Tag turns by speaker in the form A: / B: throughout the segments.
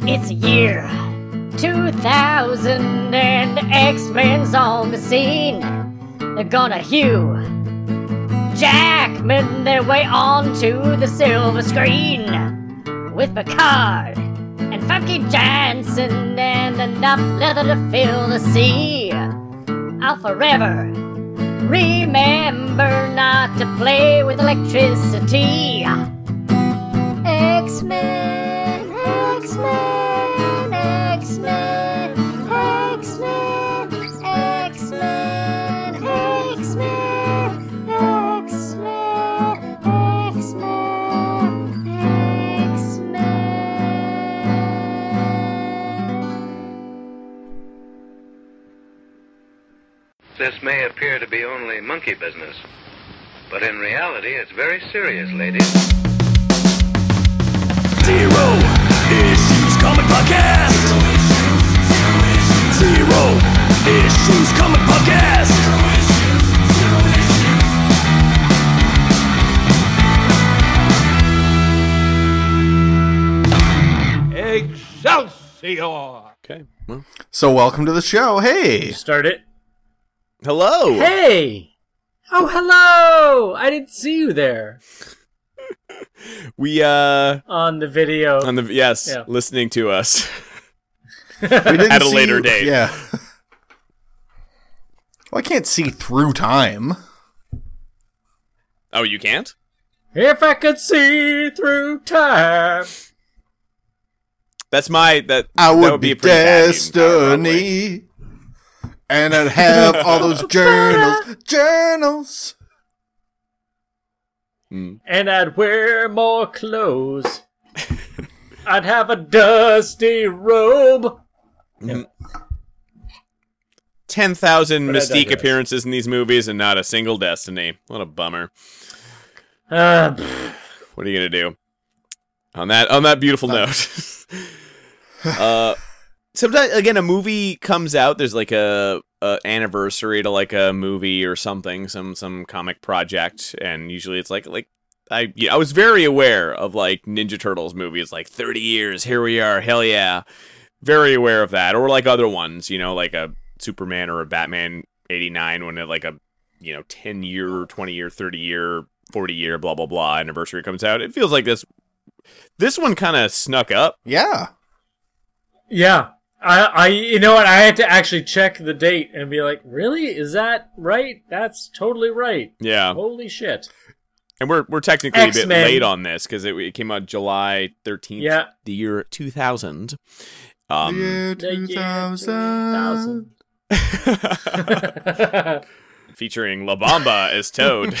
A: It's year 2000 and X-Men's on the scene. They're gonna hew Jackman their way onto the silver screen with Picard and Funky Jansen and enough leather to fill the sea. I'll forever remember not to play with electricity. X Men, X Men, X Men, X Men, X Men, X Men, X Men, X Men, X Men.
B: This may appear to be only monkey business, but in reality, it's very serious, ladies.
C: Zero Issues Comic Podcast. Zero Issues Comic Podcast.
D: Excelsior!
E: Okay. Well,
F: So welcome to the show. Hey,
G: Start it.
E: hello.
G: Hey! Oh, hello! I didn't see you there
E: We uh
G: on the video.
E: on the yes,
G: Yeah.
E: listening to us.
F: we didn't
E: At a
F: see
E: later
F: you-
E: date.
F: Yeah. well, Oh, I can't see through time.
E: Oh, you can't?
G: if I could see through time.
E: That's my that
F: I
E: that
F: would,
E: would
F: be,
E: a pretty bad Newton Power Rod lyric.
F: destiny, and I'd have all those journals, journals.
G: And I'd wear more clothes. I'd have a dusty robe.
E: 10,000
G: But I
E: mystique
G: digress.
E: appearances in these movies and not a single destiny. What a bummer.
G: Uh, pff,
E: What are you going to do? On that on that beautiful note. uh sometimes again a movie comes out there's like a, a anniversary to like a movie or something some some comic project and usually it's like like I yeah, I was very aware of like Ninja Turtles movies like 30 years here we are hell yeah very aware of that or like other ones you know like a Superman or a Batman 89 when it like a you know 10 year 20 year 30 year 40 year blah blah blah anniversary comes out it feels like this this one kind of snuck up
F: Yeah,
G: yeah. I, I, you know what? I had to actually check the date and be like, really? Is that right? That's totally right.
E: yeah
G: Holy shit.
E: And we're we're technically a
G: X-Men.
E: bit late on this because it, it came out July thirteenth,
G: Yeah.
E: the year two thousand. Um,
F: year
G: The year
F: 2000.
G: 2000.
E: featuring La Bamba as Toad.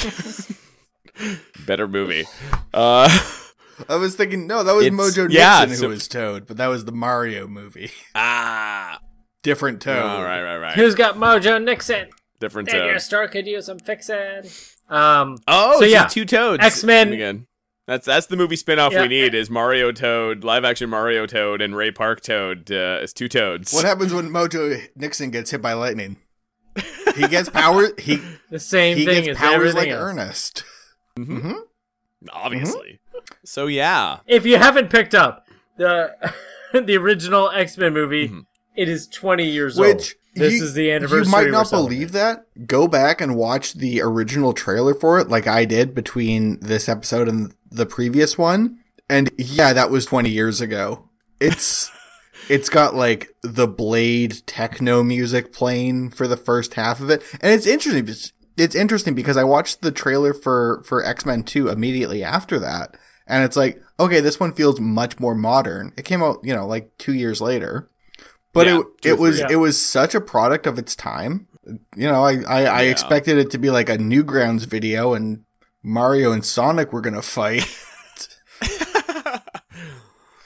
E: Better movie. Uh,
F: I was thinking, no, that was
E: It's-
F: Mojo Nixon
E: yeah,
F: who
E: so-
F: was Toad, but that was the Mario movie.
E: ah,
F: Different
G: Oh.
F: Toad.
E: all right, right, right.
G: Who's got Mojo Nixon?
E: Different
G: And your
E: Toad.
G: star could use some fixin'. Um,
E: Oh,
G: So,
E: so
G: yeah.
E: two Toads.
G: X-Men-
E: again. That's that's the movie spinoff
G: Yeah.
E: we need is Mario Toad, live action Mario Toad, and Ray Park Toad uh, as two Toads.
F: What happens when Mojo Nixon gets hit by lightning? He gets power. He
G: the same
F: he
G: thing
F: gets
G: as
F: powers
G: everything
F: like
G: else.
F: Ernest. Mhm.
E: Obviously. So yeah,
G: If you haven't picked up the the original X Men movie, it is twenty years
F: Which
G: old. This
F: you-
G: is the anniversary.
F: You might
G: we're
F: not
G: celebrating.
F: believe that. Go back and watch the original trailer for it, like I did between this episode and the previous one. And yeah, that was 20 years ago. It's it's got like the Blade techno music playing for the first half of it, and it's interesting. It's, it's interesting because I watched the trailer for for X Men Two immediately after that, and it's like, okay, this one feels much more modern. It came out, you know, like two years later, but
E: Yeah,
F: it
E: two or
F: it was
G: three.
F: it was such a product of its time. You know, I I, I
E: Yeah.
F: expected it to be like a Newgrounds video, and Mario and Sonic were gonna fight.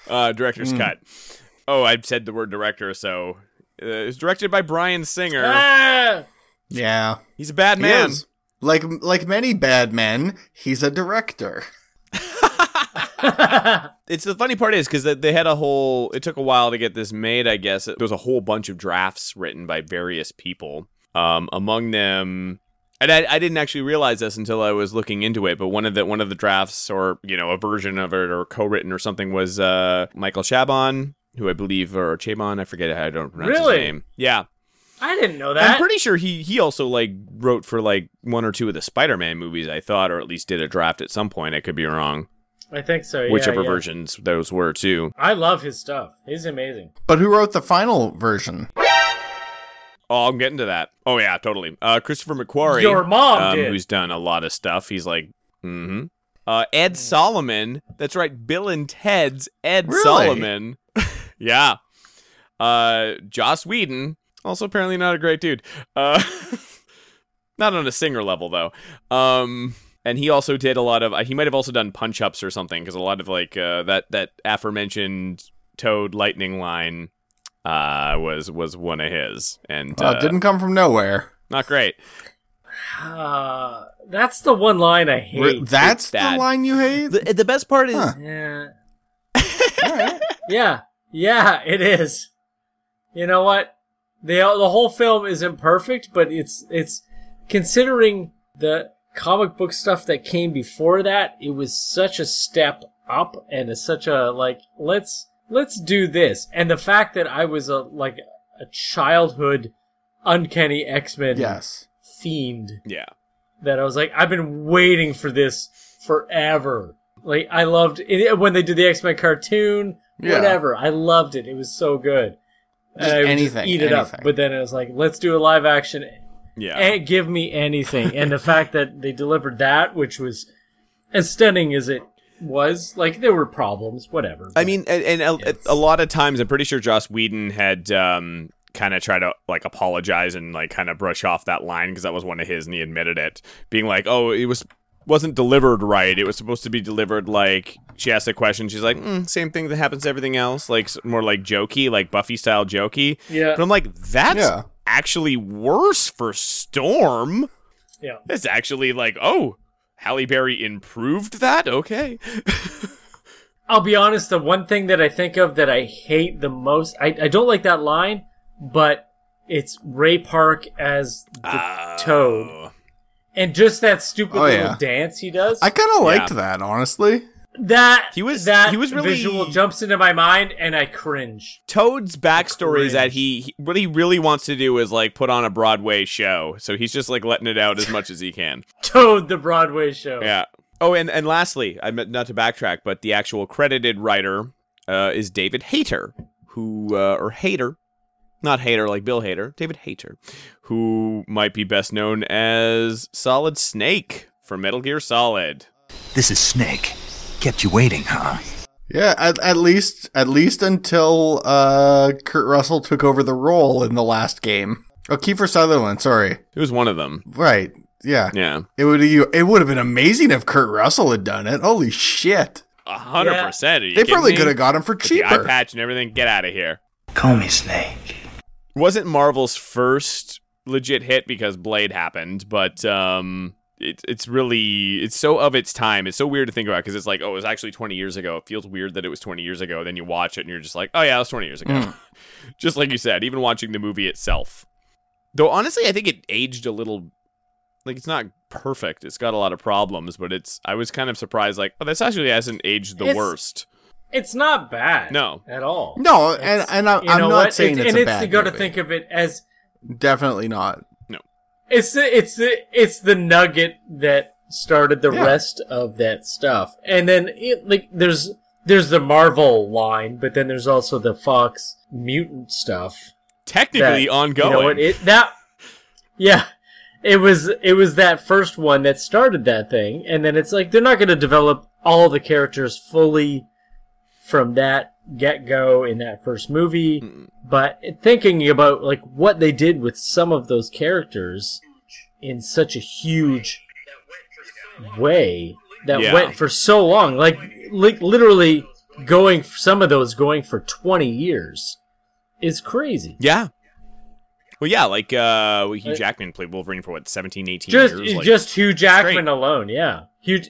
E: uh, director's
F: Mm.
E: cut. Oh, I said the word director, so uh, it's directed by Brian Singer.
G: Ah!
F: yeah,
E: He's a bad
F: he
E: man.
F: is. Like like many bad men, he's a director.
E: It's the funny part is because they had a whole. It took a while to get this made. I guess there was a whole bunch of drafts written by various people. Um, among them, and I, I didn't actually realize this until I was looking into it. But one of the one of the drafts, or you know, a version of it, or co-written or something, was uh, Michael Chabon, who I believe or Chabon, I forget how I don't pronounce
G: Really?
E: his name. Yeah.
G: I didn't know that.
E: I'm pretty sure he he also like wrote for like one or two of the Spider-Man movies, I thought, or at least did a draft at some point. I could be wrong.
G: I think so. yeah,
E: Whichever
G: yeah.
E: versions those were too.
G: I love his stuff. He's amazing.
H: But who wrote the final version? Uh,
E: Oh, I'm getting to that. Oh yeah, totally. Uh, Christopher McQuarrie,
G: Your mom
E: um,
G: did.
E: who's done a lot of stuff. He's like, mm-hmm. Uh, Ed
G: Mm.
E: Solomon. That's right, Bill and Ted's Ed
H: Really?
E: Solomon. yeah. Uh, Joss Whedon, also apparently not a great dude. Uh, not on a singer level though. Um, and he also did a lot of. uh, He might have also done punch ups or something because a lot of like uh, that that aforementioned Toad Lightning line. Uh, was was one of his, and
F: Oh,
H: Uh, didn't come from nowhere.
E: not great.
G: Uh, that's the one line I hate.
H: Re- That's
E: it's
H: the
E: bad.
H: line you hate?
E: The, the best part is
H: Huh.
G: yeah.
H: Alright.
G: Yeah. Yeah, it is. You know what? The the whole film isn't perfect, but it's it's considering the comic book stuff that came before that, it was such a step up and it's such a like let's let's do this. And the fact that I was a like a childhood uncanny X-Men
H: Yes.
G: fiend
E: yeah,
G: that I was like, I've been waiting for this forever. Like I loved it, when they did the X Men cartoon,
H: Yeah.
G: whatever. I loved it. It was so good.
H: Just
G: I would
H: anything,
G: eat it
H: anything.
G: up. But then it was like, let's do a live action.
E: yeah.
G: and give me anything. and the fact that they delivered that, which was as stunning as it was, like there were problems, whatever.
E: I mean, and, and a, a lot of times, I'm pretty sure Joss Whedon had um, kind of tried to like apologize and like kind of brush off that line because that was one of his, and he admitted it, being like, "Oh, it was wasn't delivered right. It was supposed to be delivered like she asked a question. She's like, mm, same thing that happens to everything else, like s- more like jokey, like Buffy style jokey."
G: Yeah.
E: But I'm like, that's
H: Yeah.
E: actually worse for Storm.
G: yeah.
E: That's actually like, oh, Halle Berry improved that. Okay.
G: I'll be honest, the one thing that I think of that I hate the most, I, I don't like that line, but it's Ray Park as the toad.
E: Oh.
G: And just that stupid
H: Ah. Oh,
G: little
H: yeah.
G: dance he does.
H: I kind of liked
E: Yeah.
H: that, honestly.
G: that
E: He was-
G: that
E: he was really-
G: visual jumps into my mind and I cringe.
E: Toad's backstory is that
G: Cringe.
E: he, he what he really wants to do is like put on a Broadway show. So he's just like letting it out as much as he can.
G: Toad the Broadway show.
E: Yeah. Oh, and and lastly, I meant not to backtrack, but the actual credited writer uh, is David Hayter, who uh, or Hayter, not Hayter like Bill Hayter, David Hayter, who might be best known as Solid Snake from Metal Gear Solid.
I: This is Snake. Kept you waiting, huh?
H: Yeah, at, at least at least until uh, Kurt Russell took over the role in the last game. Oh, Kiefer Sutherland, sorry.
E: It was one of them.
H: Right. Yeah.
E: Yeah,
H: It would it would have been amazing if Kurt Russell had done it. Holy shit.
E: a hundred
G: Yeah.
E: percent. Are you
H: They
E: kidding
H: probably
E: me?
H: could have got him for
E: With the eye
H: cheaper.
E: patch and everything. Get out of here.
I: Call me Snake.
E: wasn't Marvel's first legit hit because Blade happened, but um, it, it's really it's so of its time. It's so weird to think about because it's like, oh, it was actually 20 years ago. It feels weird that it was 20 years ago. Then you watch it and you're just like, oh yeah, it was 20 years ago.
G: Hmm.
E: just like you said, even watching the movie itself. Though honestly, I think it aged a little. Like it's not perfect. It's got a lot of problems, but it's. I was kind of surprised. Like, oh, this actually hasn't aged the
G: It's-
E: worst.
G: It's not bad.
E: No.
G: At all.
H: No,
G: It's-
H: and and I,
G: you
H: I'm
G: know
H: not
G: what?
H: saying
G: It's-
H: it's,
G: and
H: a
G: it's
H: bad
G: you gotta
H: movie.
G: think of it as
H: Definitely not.
G: It's the it's the it's the nugget that started the
H: Yeah.
G: rest of that stuff, and then it, like there's there's the Marvel line, but then there's also the Fox mutant stuff.
E: Technically
G: that,
E: ongoing.
G: You know what? It that yeah, it was it was that first one that started that thing, and then it's like they're not going to develop all the characters fully from that get go in that first movie. But thinking about like what they did with some of those characters in such a huge way that
E: Yeah.
G: went for so long, like like literally going some of those going for 20 years is crazy
E: Yeah. Well, yeah, like uh, Hugh
G: Uh,
E: Jackman played Wolverine for what 17, 18
G: just
E: years. Like,
G: just Hugh Jackman
E: straight.
G: alone, yeah. Hugh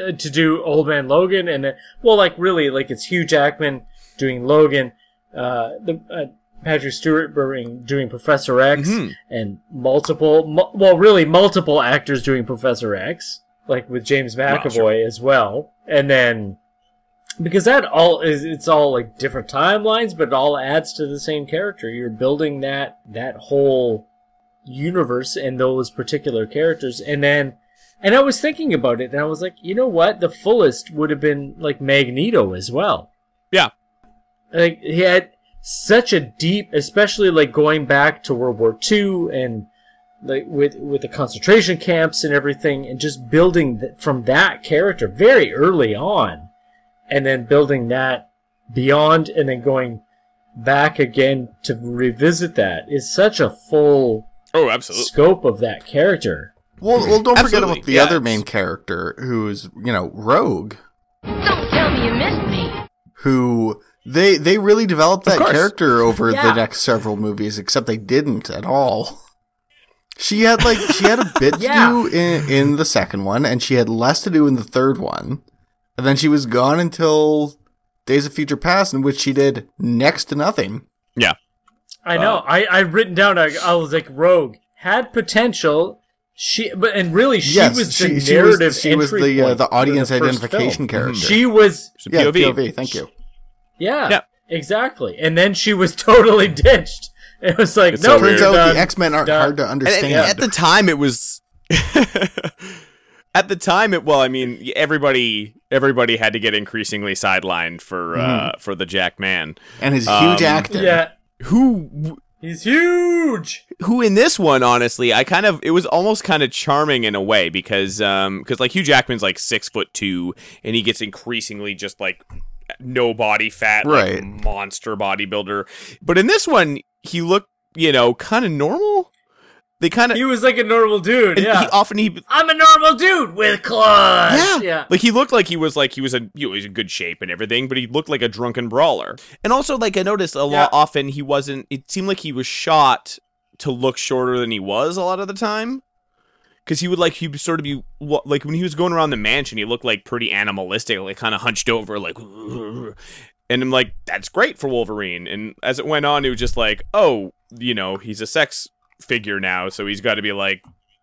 G: uh, to do Old Man Logan, and then well, like really, like it's Hugh Jackman doing Logan, uh, the uh, Patrick Stewart doing, doing Professor X,
E: Mhm.
G: and multiple, mu- well, really multiple actors doing Professor X, like with James McAvoy
E: sure.
G: as well, and then because that all is it's all like different timelines but it all adds to the same character you're building that that whole universe and those particular characters and then and i was thinking about it and i was like you know what the fullest would have been like magneto as well
E: Yeah.
G: like he had such a deep especially like going back to world war ii and like with with the concentration camps and everything and just building th- from that character very early on and then building that beyond and then going back again to revisit that is such a full
E: Oh, absolutely.
G: scope of that character
F: Well, well don't forget
E: Absolutely,
F: about the
E: yeah.
F: other main character who's, you know, Rogue,
J: Don't tell me you missed me.
F: who they they really developed
E: Of
F: that
E: course.
F: character over
G: Yeah.
F: the next several movies, except they didn't at all. She had like she had a bit
G: Yeah.
F: to do in, in the second one, and she had less to do in the third one, and then she was gone until Days of Future Past, in which she did next to nothing.
E: Yeah.
G: i know
E: Uh,
G: i i written down I, I was like rogue had potential she but and really she
F: yes,
G: was
F: she,
G: the
F: she was-
G: narrative
F: She was,
G: entry
F: the uh,
G: point
F: the
G: for
F: audience
G: first
F: identification
G: film.
F: character.
G: she was
E: It's a
F: yeah,
E: POV.
F: POV. Thank you.
G: Yeah.
E: Yeah.
G: Exactly. And then she was totally ditched. It was like,
E: It's
G: no,
E: so
G: we're
E: weird.
F: Turns out
G: done.
F: the X Men aren't
G: Done.
F: hard to
E: And-
F: understand.
E: and at the time, it was. at the time, it well, I mean, everybody everybody had to get increasingly sidelined for uh,
G: Mm-hmm.
E: for the Jack Man,
F: and his
E: Um,
F: huge acting.
G: Yeah.
E: who
G: He's huge.
E: who in this one, honestly, I kind of it was almost kind of charming in a way because um because like Hugh Jackman's like six foot two and he gets increasingly just like no body fat, like,
F: Right.
E: monster bodybuilder. But in this one, he looked you know kind of normal. They kind of
G: He was like a normal dude.
E: and
G: Yeah.
E: he, often he
G: I'm a normal dude with claws.
E: Yeah.
G: Yeah.
E: Like he looked like he was like he was a you know, he was in good shape and everything, but he looked like a drunken brawler. And also like I noticed a
G: Yeah.
E: lot often he wasn't it seemed like he was shot to look shorter than he was a lot of the time. Cause he would like he would sort of be wa- like when he was going around the mansion, he looked like pretty animalistic, like kind of hunched over, like, and I'm like, that's great for Wolverine. And as it went on, it was just like, oh, you know, he's a sex figure now, so he's got to be like,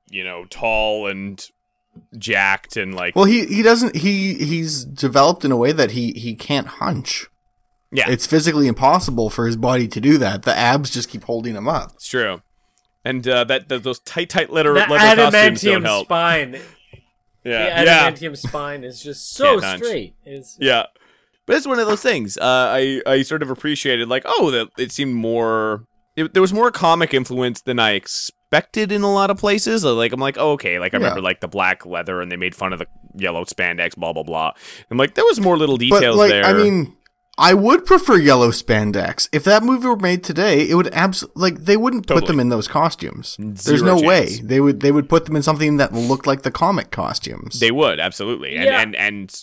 E: you know, tall and jacked and like
F: Well, he he doesn't he he's developed in a way that he he can't hunch.
E: Yeah.
F: It's physically impossible for his body to do that. The abs just keep holding him up.
E: It's true. And uh, that, that those tight, tight leather,
G: The
E: leather costumes don't
G: adamantium
E: help.
G: spine.
E: yeah,
G: The
E: yeah,
G: adamantium spine is just so
E: Can't hunch.
G: straight. It's,
E: yeah. But it's one of those things. Uh, I I sort of appreciated like oh that it seemed more it, there was more comic influence than I expected in a lot of places. Uh, Like I'm like oh, okay like I
F: Yeah.
E: remember like the black leather and they made fun of the yellow spandex blah blah blah. I'm like there was more little
F: But
E: details
F: like
E: there.
F: I mean, I would prefer yellow spandex. If that movie were made today, it would abs like they wouldn't put
E: Totally.
F: them in those costumes. There's
E: Zero
F: no way.
E: chance.
F: They would they would put them in something that looked like the comic costumes.
E: They would absolutely, and
G: Yeah.
E: and and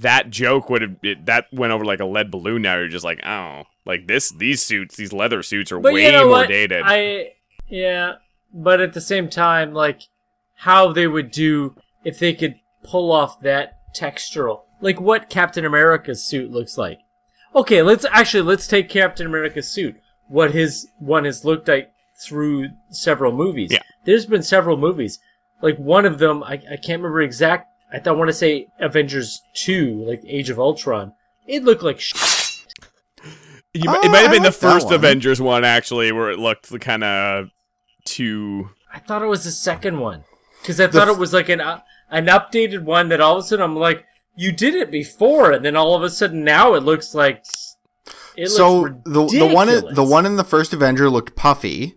E: that joke would have it, that went over like a lead balloon. Now you're just like, oh, like this these suits, these leather suits are
G: But
E: way
G: you know
E: more
G: what?
E: dated.
G: I yeah, but at the same time, like how they would do if they could pull off that textural, like what Captain America's suit looks like. Okay, let's actually let's take Captain America's suit. What his one has looked like through several movies.
E: Yeah.
G: There's been several movies. Like one of them, I, I can't remember exact. I, th- I want to say Avengers Two, like Age of Ultron. It looked like sh-
E: You mi-
F: Oh,
E: it might have
F: I
E: been
F: like
E: the
F: that
E: first
F: one.
E: Avengers one actually, where it looked kind of too.
G: I thought it was the second one because I thought it was like an uh, an updated one that all of a sudden I'm like, you did it before, and then all of a sudden now it looks like s- it
F: so
G: looks
F: the the one in,
G: ridiculous.
F: the one in the first Avenger looked puffy.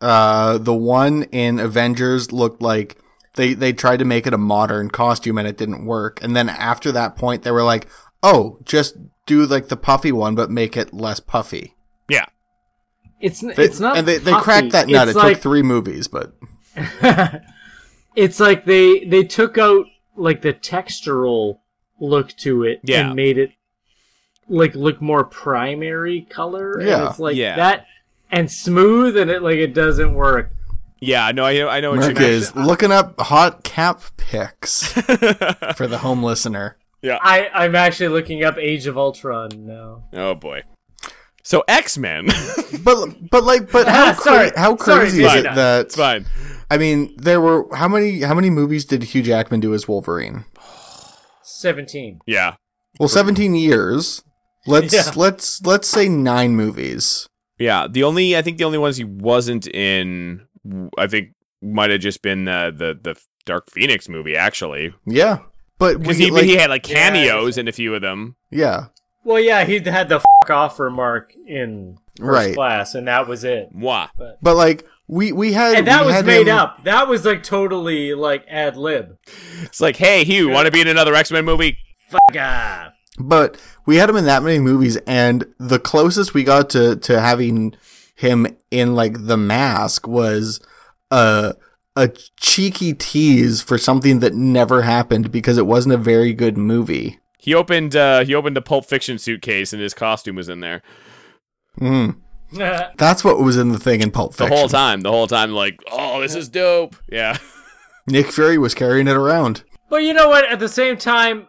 F: Uh, the one in Avengers looked like they they tried to make it a modern costume and it didn't work. And then after that point, they were like, "Oh, just do like the puffy one, but make it less puffy."
E: Yeah,
G: it's n-
F: They-
G: it's not
F: and they, they
G: puffy.
F: cracked that nut.
G: It's
F: It
G: like,
F: took three movies, but
G: it's like they they took out like the textural look to it
E: Yeah.
G: and made it like look more primary color. and
F: Yeah.
G: it's like
E: Yeah.
G: that and smooth, and it like it doesn't work.
E: yeah, no, I know,
G: Oh,
E: I know what you
F: Merc
E: mean.
F: is looking up hot cap pics for the home listener.
G: I, I'm actually looking up Age of Ultron now.
E: Oh boy. So X Men,
F: But but like but how,
G: Ah, sorry.
F: cra- how
G: Sorry,
F: crazy
E: fine.
F: is it that
E: it's fine.
F: I mean, there were how many how many movies did Hugh Jackman do as Wolverine?
G: 17.
E: Yeah,
F: Well, 17 years. Let's
G: Yeah.
F: let's let's say 9 movies.
E: Yeah, the only I think the only ones he wasn't in, I think, might have just been uh, the the Dark Phoenix movie actually,
F: Yeah. But
E: because
F: we-
E: he,
F: like-
E: he had like
G: Yeah, I
E: cameos in a few of them.
F: yeah.
G: Well, yeah, he had the f- off remark in first
F: Right.
G: class, and that was it.
E: Mwah.
F: But like we we had
G: And that
F: we
G: was
F: had
G: made
F: him-
G: up. That was like totally like ad lib.
E: It's like, hey, Hugh, want to be in another X Men movie?
G: Fuck off.
F: But we had him in that many movies, and the closest we got to to having him in like the mask was a a cheeky tease for something that never happened because it wasn't a very good movie.
E: He opened uh, he opened a Pulp Fiction suitcase and his costume was in there
F: Mm. That's what was in the thing in Pulp
E: the
F: Fiction.
E: whole time. The whole time, like, oh, this is dope. Yeah,
F: Nick Fury was carrying it around.
G: but you know what? At the same time,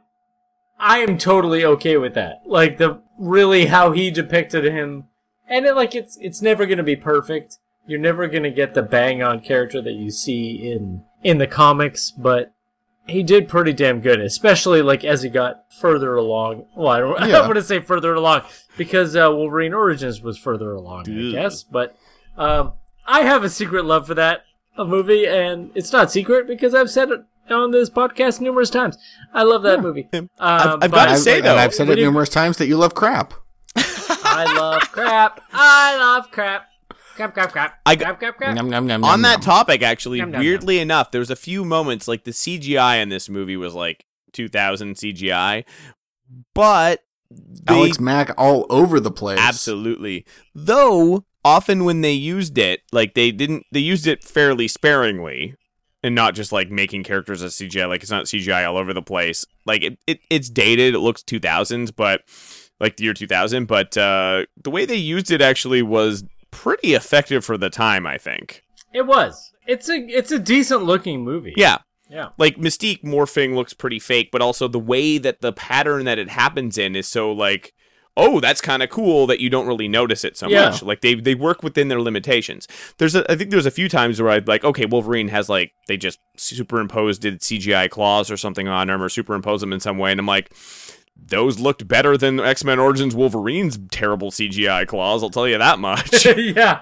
G: I am totally okay with that. Like the really how he depicted him, and it, like it's it's never gonna be perfect. You're never gonna get the bang on character that you see in in the comics, but he did pretty damn good, especially like as he got further along. Well, I don't, I
F: Yeah.
G: don't want to say further along because uh, Wolverine Origins was further along, I
E: Dude.
G: guess. But um, I have a secret love for that a movie, and it's not secret because I've said it on this podcast numerous times. I love that movie. Um,
E: I've
G: but
E: gotta
F: I've,
E: say, though,
F: and I've said
G: what
F: it
G: do you-
F: numerous times that you love crap.
G: I love crap. I love crap. Crap, crap, crap.
E: I g-
G: crap, crap, crap.
F: Nom, nom, nom,
E: on
F: nom,
E: that topic actually
G: Yum, yum,
E: weirdly enough there was a few moments like the cgi in this movie was like 2000 cgi but
F: nom.
E: they
F: Alex Mack all over the place.
E: absolutely though often when they used it like they didn't they used it fairly sparingly and not just like making characters as cgi like it's not cgi all over the place like it, it it's dated it looks 2000s but like the year 2000 but uh the way they used it actually was pretty effective for the time i think
G: It was. It's a it's a decent looking movie.
E: Yeah.
G: Yeah.
E: Like Mystique morphing looks pretty fake, but also the way that the pattern that it happens in is so like, oh, that's kind of cool that you don't really notice it so
G: Yeah.
E: much. Like they they work within their limitations. There's a, I think there's a few times where I'd like, okay, Wolverine has like they just superimposed did CGI claws or something on him or superimpose them in some way, and I'm like. Those looked better than X Men Origins Wolverine's terrible CGI claws. I'll tell you that much. oh,
G: yeah.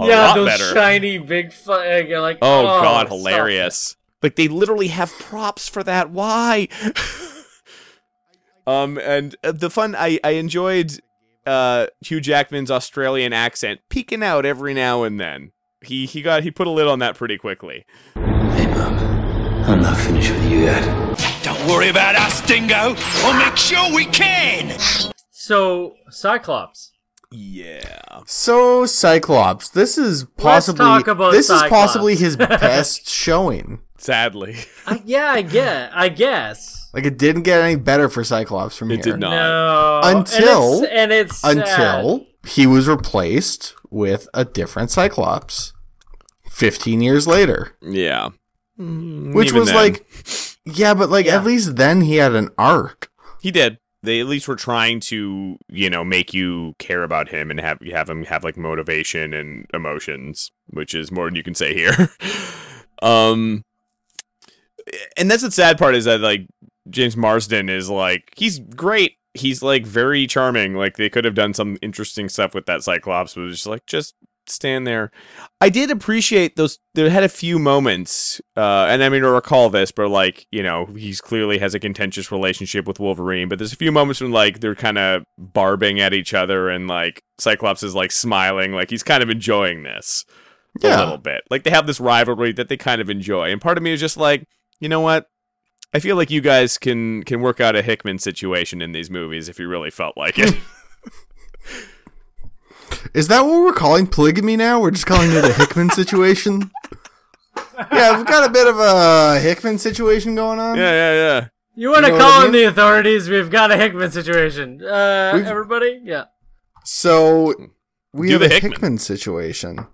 E: A
G: yeah,
E: lot
G: those
E: better.
G: shiny big fu- uh, you're like oh stop.
E: God, hilarious! Like they literally have props for that. Why? um, and uh, the fun I I enjoyed uh Hugh Jackman's Australian accent peeking out every now and then. He he got he put a lid on that pretty quickly.
K: Hey, Mom. I'm not finished with you yet.
L: Don't worry about us, Dingo. We'll make sure we can.
G: So Cyclops.
E: Yeah.
F: So Cyclops, this is possibly
G: talk about
F: this is
G: Cyclops.
F: possibly his best showing.
E: Sadly,
G: I, yeah, I get I guess.
F: Like it didn't get any better for Cyclops from
E: it
F: here.
E: did not.
G: No.
F: Until-
G: and it's, and it's sad.
F: Until he was replaced with a different Cyclops. 15 years later,
E: Yeah.
F: which
E: even
F: was
E: then.
F: like yeah, but like
G: Yeah.
F: at least then he had an arc.
E: He did. They at least were trying to, you know, make you care about him and have have him have like motivation and emotions, which is more than you can say here. um and that's the sad part is that like James Marsden is like he's great. He's like very charming. Like they could have done some interesting stuff with that Cyclops, but it was just like just stand there. I did appreciate those. There had a few moments, uh, and I mean, I recall this, but like you know, he's clearly has a contentious relationship with Wolverine. But there's a few moments when like they're kind of barbing at each other, and like Cyclops is like smiling, like he's kind of enjoying this a
F: Yeah.
E: little bit. Like they have this rivalry that they kind of enjoy, and part of me is just like, you know what? I feel like you guys can can work out a Hickman situation in these movies if you really felt like it.
F: Is that what we're calling polygamy now? We're just calling it a Hickman situation? Yeah, we've got a bit of a Hickman situation going on.
E: yeah, yeah, yeah.
G: You want to
F: You know what
G: call
F: I
G: in the authorities? We've got a Hickman situation. Uh,
F: We've-
G: everybody, yeah.
F: So we
E: Do
F: have
E: the
F: a
E: Hickman.
F: Hickman, situation.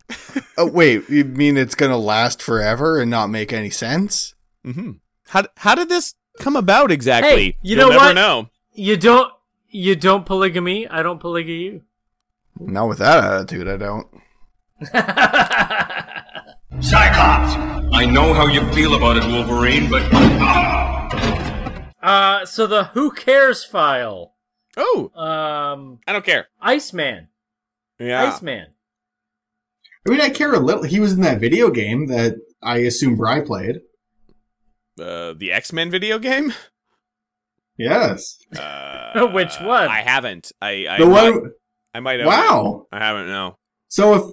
F: oh wait, you mean it's gonna last forever and not make any sense?
E: Mm-hmm. How how did this come about exactly?
G: Hey, you
E: You'll
G: know
E: never
G: what?
E: know.
G: You don't. You don't polygamy. I don't polygy you.
F: Not with that attitude, I don't.
C: Cyclops! I know how you feel about it, Wolverine, but.
G: Uh, so the Who Cares file.
E: Oh,
G: Um,
E: I don't care.
G: Iceman.
E: Yeah.
G: Iceman.
H: I mean, I care a little. He was in that video game that I assume Bry played.
E: Uh, the X Men video game.
H: Yes,
E: Uh,
G: Which one?
E: I haven't. I, I
H: the
E: might,
H: one.
E: I might. Own it.
H: Wow.
E: I haven't. No.
H: So if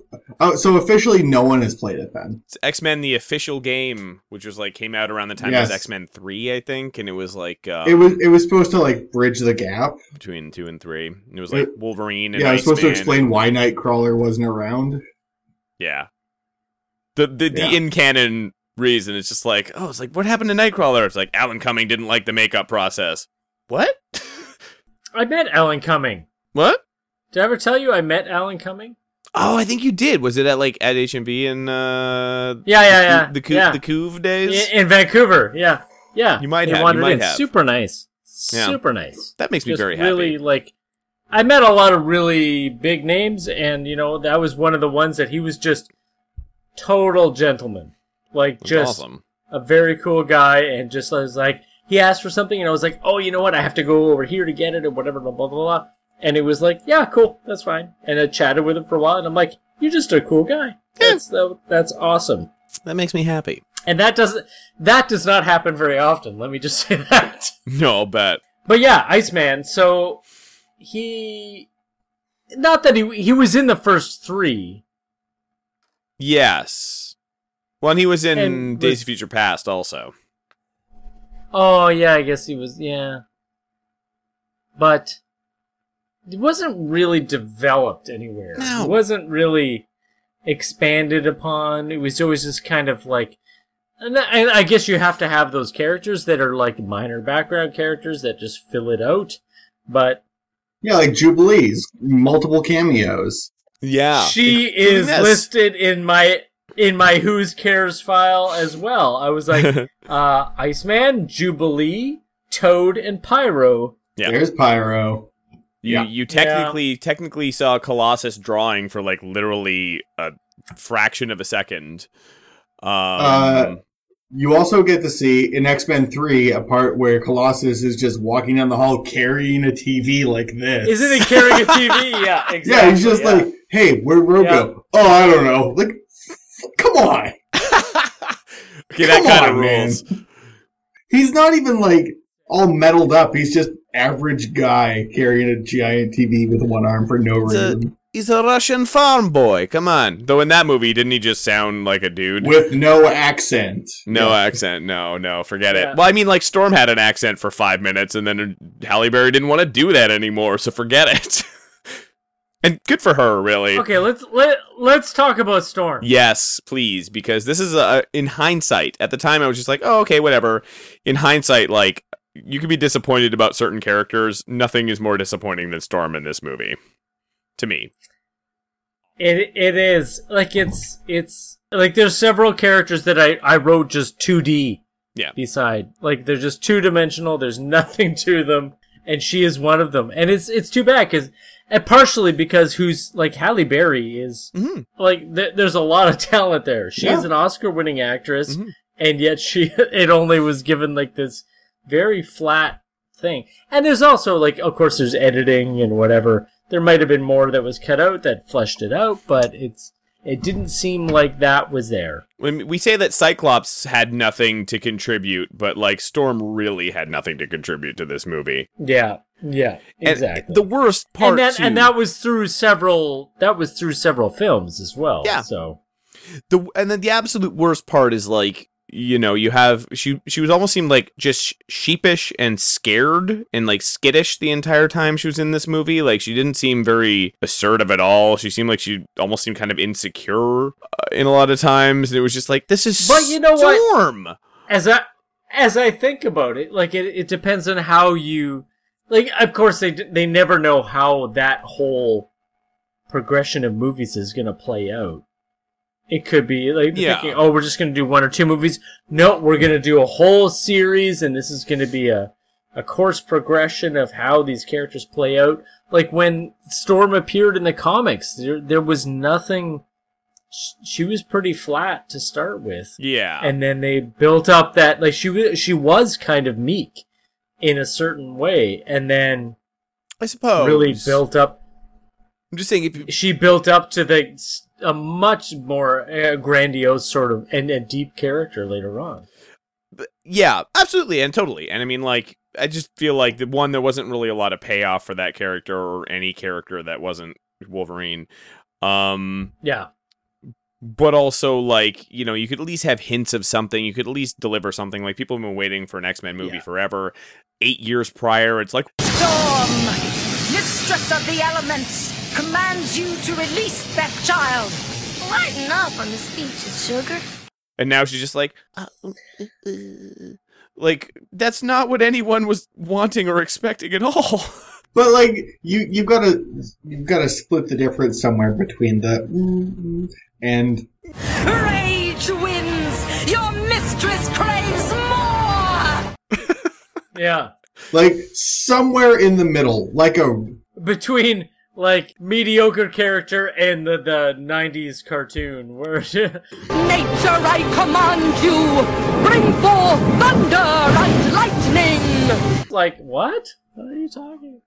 H: oh, so officially no one has played it then.
E: It's X Men: The Official Game, which was like came out around the time
H: Yes.
E: as X Men Three, I think, and it was like um,
H: It was it was supposed to like bridge the gap.
E: between two and three. It was like
H: It-
E: Wolverine and
H: Yeah, I was supposed to
E: Iceman.
H: explain why Nightcrawler wasn't around.
E: Yeah. The the, the
H: Yeah.
E: in canon reason it's just like oh it's like what happened to Nightcrawler? It's like Alan Cumming didn't like the makeup process. What?
G: I met Alan Cumming.
E: what?
G: Did I ever tell you I met Alan Cumming?
E: Oh, I think you did. Was it at like at HMV in uh
G: Yeah, yeah, yeah.
E: the coo-
G: yeah.
E: the Coove days?
G: in, in Vancouver. Yeah, yeah.
E: You might
G: They
E: have, you
G: wandered
E: might
G: in.
E: have.
G: Super nice.
E: Yeah.
G: Super nice.
E: That makes me
G: Just
E: very happy.
G: really like. I met a lot of really big names, and you know that was one of the ones that he was just total gentleman, like
E: That's
G: just
E: awesome.
G: a very cool guy, and just I was like he asked for something, and I was like, oh, you know what, I have to go over here to get it, or whatever, blah blah blah. blah. And it was like, yeah, cool, that's fine. And I chatted with him for a while, and I'm like, you're just a cool guy. That's that's awesome.
E: That makes me happy.
G: And that doesn't that does not happen very often, let me just say that.
E: No, I'll bet.
G: But yeah, Iceman, so he not that he he was in the first 3.
E: Yes. Well, and he was in
G: And
E: Days
G: was-
E: of Future Past also.
G: Oh yeah, I guess he was yeah. But it wasn't really developed anywhere.
E: No.
G: It wasn't really expanded upon. It was always just kind of like and I- and I guess you have to have those characters that are like minor background characters that just fill it out. But
H: Yeah, like Jubilees, multiple cameos.
E: Yeah.
G: she
E: including
G: is
E: this.
G: listed in my in my who's cares file as well i was like uh iceman jubilee toad and pyro
E: Yeah.
H: There's Pyro.
E: You
H: Yeah.
E: you
G: Yeah.
E: technically technically saw Colossus drawing for like literally a fraction of a second. Um,
H: Uh, You also get to see in X Men Three a part where Colossus is just walking down the hall carrying a TV like this.
G: isn't he carrying a tv yeah exactly
H: Yeah, he's just
G: yeah.
H: like, "Hey, we're Rogo."
G: Yeah.
H: Oh, I don't know. Like, f- come on.
E: okay, that
H: come
E: kind of
H: on, man.
E: rules.
H: He's not even like all meddled up. He's just average guy carrying a giant TV with one arm for no
E: It's a-
H: reason.
E: He's a Russian farm boy. Come on. Though in that movie, didn't he just sound like a dude?
H: with no accent.
E: no accent. No, no, forget
G: Yeah.
E: it. Well, I mean, like Storm had an accent for five minutes, and then Halle Berry didn't want to do that anymore, so forget it. and good for her, really.
G: okay let's let, let's talk about storm
E: Yes, please, because this is a in hindsight. At the time, I was just like, "Oh, okay, whatever." In hindsight, like you can be disappointed about certain characters. Nothing is more disappointing than Storm in this movie, to me.
G: It it is like it's it's like there's several characters that I I wrote just 2D.
E: Yeah.
G: Beside like they're just two dimensional. There's nothing to them, and she is one of them. And it's it's too bad because, and partially because who's like Halle Berry is
E: Mhm.
G: like th- there's a lot of talent there. She's
H: Yeah.
G: an Oscar winning actress,
E: Mhm.
G: and yet she it only was given like this very flat thing. And there's also like of course there's editing and whatever. There might have been more that was cut out that fleshed it out, but it's it didn't seem like that was there.
E: When we say that Cyclops had nothing to contribute, but like Storm really had nothing to contribute to this movie.
G: Yeah. Yeah.
E: And
G: Exactly.
E: the worst
G: and
E: part
G: that
E: too,
G: and that was through several that was through several films as well.
E: Yeah.
G: So
E: the and then the absolute worst part is like you know you have she she was almost seemed like just sheepish and scared and like skittish the entire time she was in this movie like she didn't seem very assertive at all she seemed like she almost seemed kind of insecure uh, in a lot of times and it was just like this is
G: But you know what?
E: storm
G: as I as I think about it, like it, it depends on how you like. Of course, they d- they never know how that whole progression of movies is going to play out. It could be like they're
E: Yeah.
G: thinking, oh, we're just going to do one or two movies. No, we're going to do a whole series, and this is going to be a a course progression of how these characters play out. Like when Storm appeared in the comics, there there was nothing. sh- She was pretty flat to start with
E: yeah
G: and then they built up that like she wa- she was kind of meek in a certain way, and then
E: I suppose.
G: really built up.
E: I'm just saying, if you,
G: She built up to the s- a much more uh, grandiose sort of and, and deep character later on.
E: yeah, absolutely and totally. And I mean, like, I just feel like the one there wasn't really a lot of payoff for that character or any character that wasn't Wolverine. Um,
G: Yeah,
E: but also like you know you could at least have hints of something you could at least deliver something like people have been waiting for an x-men movie
G: Yeah.
E: forever eight years prior it's like
J: Storm, mistress of the elements, commands you to release that child.
M: Lighten up on the speeches, sugar.
E: and now she's just like uh, uh, uh, like that's not what anyone was wanting or expecting at all
F: But like you, you've got to you've got to split the difference somewhere between the
G: Mm-hmm.
F: mm, mm, and
J: Rage wins. Your mistress craves more.
G: yeah.
F: like somewhere in the middle, like a
G: Between like mediocre character and the the '90s cartoon, where
J: Nature, I command you, bring forth thunder and lightning.
G: like what? What are you talking?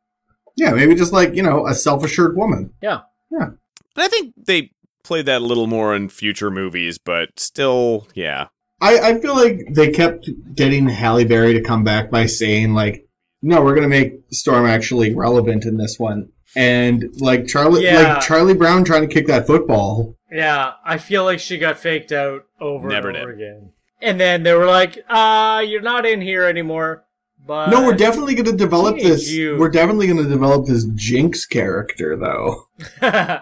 F: yeah, maybe just like you know a self assured woman.
G: Yeah,
E: and i think they played that a little more in future movies but still yeah
F: I, I feel like they kept getting Halle Berry to come back by saying like, no, we're gonna make Storm actually relevant in this one, and like Charlie,
G: Yeah.
F: like Charlie Brown trying to kick that football.
G: yeah. I feel like she got faked out over
E: Never
G: and over
E: did.
G: again. And then they were like, "Uh, you're not in here anymore." But
F: No, we're definitely going to develop
G: Jeez,
F: this.
G: Uh, you-
F: We're definitely going to develop this Jinx character, though.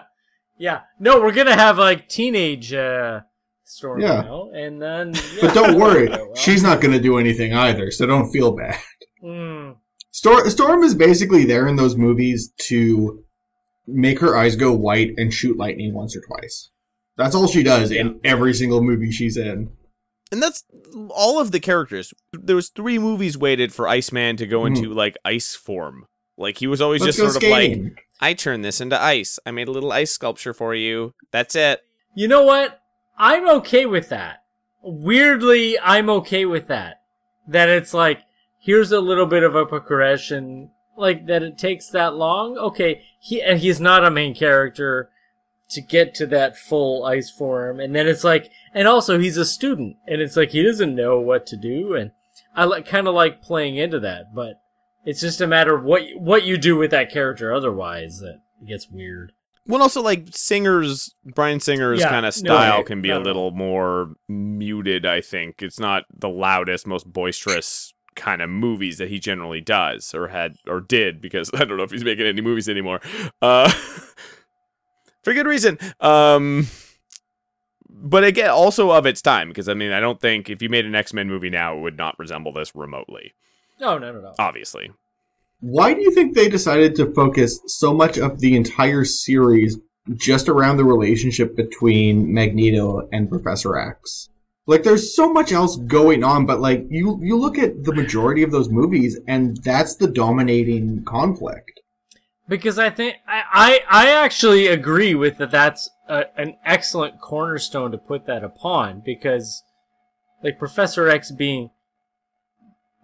G: yeah. No, we're gonna have like teenage uh storm
F: Yeah.
G: now, and then.
F: But don't worry,
G: Well,
F: she's not going to do anything either, so don't feel bad.
G: mm,
F: Storm, Storm is basically there in those movies to make her eyes go white and shoot lightning once or twice. That's all she does in every single movie she's in.
E: and that's all of the characters. There was three movies waited for Iceman to go into like ice form. Like he was always
F: Mhm. Let's
E: just
F: go
E: sort of
F: skating.
E: like, I turned this into ice. I made a little ice sculpture for you. That's it.
G: you know what? I'm okay with that. Weirdly, I'm okay with that. That it's like here's a little bit of a progression, like that it takes that long. Okay, he and he's not a main character to get to that full ice form, and then it's like, and also he's a student, and it's like he doesn't know what to do, and I like kind of like playing into that, but it's just a matter of what what you do with that character. Otherwise, that gets weird.
E: Well, also like Singer's Brian Singer's
G: Yeah,
E: kind
G: no,
E: of style
G: right,
E: can be
G: not
E: a
G: at
E: little more muted. I think it's not the loudest, most boisterous kind of movies that he generally does or had or did because I don't know if he's making any movies anymore. Uh, for good reason. Um, but again, also of its time because I mean I don't think if you made an X Men movie now it would not resemble this remotely.
G: No, Oh, no, no, no.
E: Obviously,
F: Why do you think they decided to focus so much of the entire series just around the relationship between Magneto and Professor X? Like there's so much else going on, but like you you look at the majority of those movies and that's the dominating conflict.
G: because I think I I, I actually agree with that. That's a, an excellent cornerstone to put that upon because, like Professor X being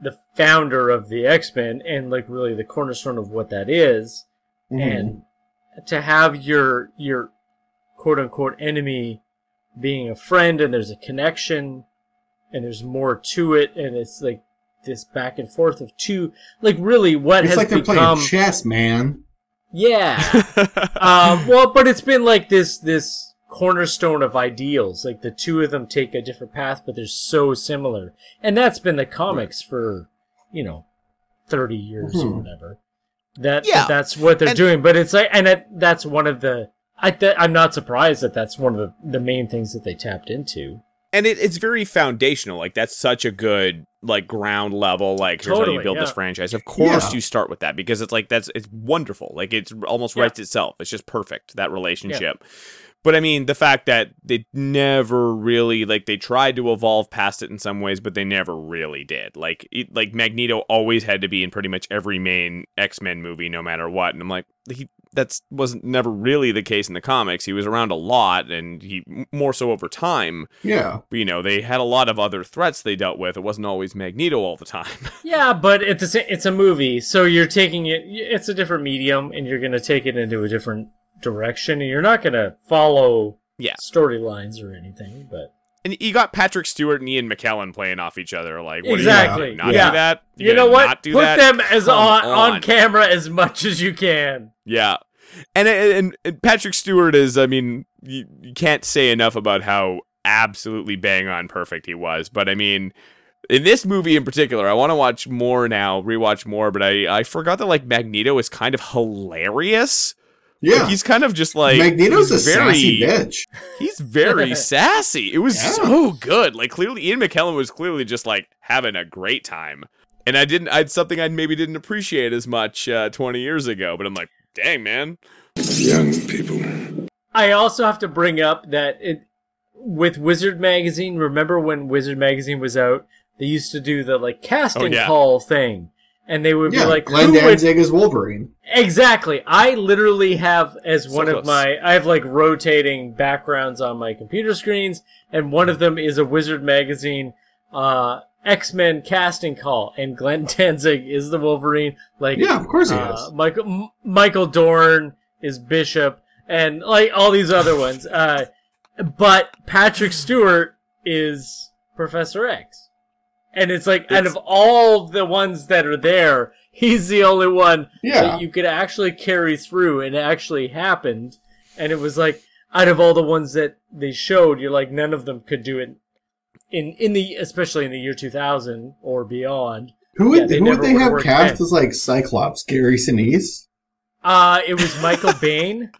G: the founder of the X Men and like really the cornerstone of what that is,
F: Mm-hmm.
G: and to have your your quote unquote enemy being a friend and there's a connection and there's more to it and it's like this back and forth of two like really what
F: It's
G: has
F: like they're
G: become
F: playing chess, man.
G: yeah. um, well, but it's been like this this cornerstone of ideals. Like the two of them take a different path, but they're so similar, and that's been the comics for you know thirty years or whatever. That
E: Hmm. Yeah.
G: that's what they're
E: And-
G: doing. But it's like, and it, that's one of the. I th- I'm not surprised that that's one of the, the main things that they tapped into.
E: and it, it's very foundational. Like that's such a good like ground level. Like here's how
G: Totally,
E: you build this
G: yeah.
E: franchise. Of course,
F: Yeah.
E: you start with that because it's like that's it's wonderful. Like it's almost
G: Yeah.
E: writes itself. It's just perfect that relationship. But I mean, the fact that they never really like they tried to evolve past it in some ways, but they never really did. Like it, like Magneto always had to be in pretty much every main X Men movie, no matter what. And I'm like, he that's wasn't never really the case in the comics. He was around a lot, and he m- more so over time.
F: Yeah.
E: You know, they had a lot of other threats they dealt with. It wasn't always Magneto all the time.
G: Yeah, but at the sa- it's a movie, so you're taking it. It's a different medium, and you're going to take it into a different direction, and you're not going to follow
E: Yeah.
G: storylines or anything. But
E: and you got Patrick Stewart and Ian McKellen playing off each other. Like, what Are
G: Exactly,
E: you gonna do? Not
G: yeah.
E: do that. You're
G: you know
E: gonna
G: what?
E: Not do
G: Put
E: that?
G: them as
E: Come
G: on, on
E: on.
G: camera as much as you can.
E: Yeah, and and, and Patrick Stewart is. I mean, you, you can't say enough about how absolutely bang on perfect he was. But I mean, in this movie in particular, I want to watch more now, rewatch more. But I I forgot that like Magneto is kind of hilarious. Like,
F: Yeah.
E: he's kind of just like
F: Magneto's a
E: he's very,
F: sassy bitch.
E: He's very sassy. It was
F: Yeah.
E: so good. Like clearly Ian McKellen was clearly just like having a great time. And I didn't I'd something I maybe didn't appreciate as much uh, 20 years ago, but I'm like, "Dang, man."
I: Young people.
G: I also have to bring up that it with Wizard magazine. Remember when Wizard magazine was out? They used to do the like casting
E: Oh, yeah.
G: call thing, and they would
F: Yeah.
G: be like,
F: Glenn
G: "Who would
F: Danzig is Wolverine.
G: Exactly. I literally have as one
E: close.
G: of my I have like rotating backgrounds on my computer screens, and one of them is a Wizard magazine uh X Men casting call, and Glenn Danzig is the Wolverine. Like
F: Yeah, of course he
G: uh,
F: is.
G: Michael M- Michael Dorn is Bishop, and like all these other ones. Uh, but Patrick Stewart is Professor X, and it's like out of all the ones that are there, he's the only one
F: Yeah.
G: that you could actually carry through, and it actually happened. And it was like out of all the ones that they showed, you're like none of them could do it in in the especially in the year 2000 or beyond.
F: Who
G: Yeah,
F: would
G: they
F: who
G: never
F: would they
G: would've
F: have
G: worked
F: cast
G: then.
F: as like Cyclops? Gary Sinise?
G: Uh, it was Michael Bain.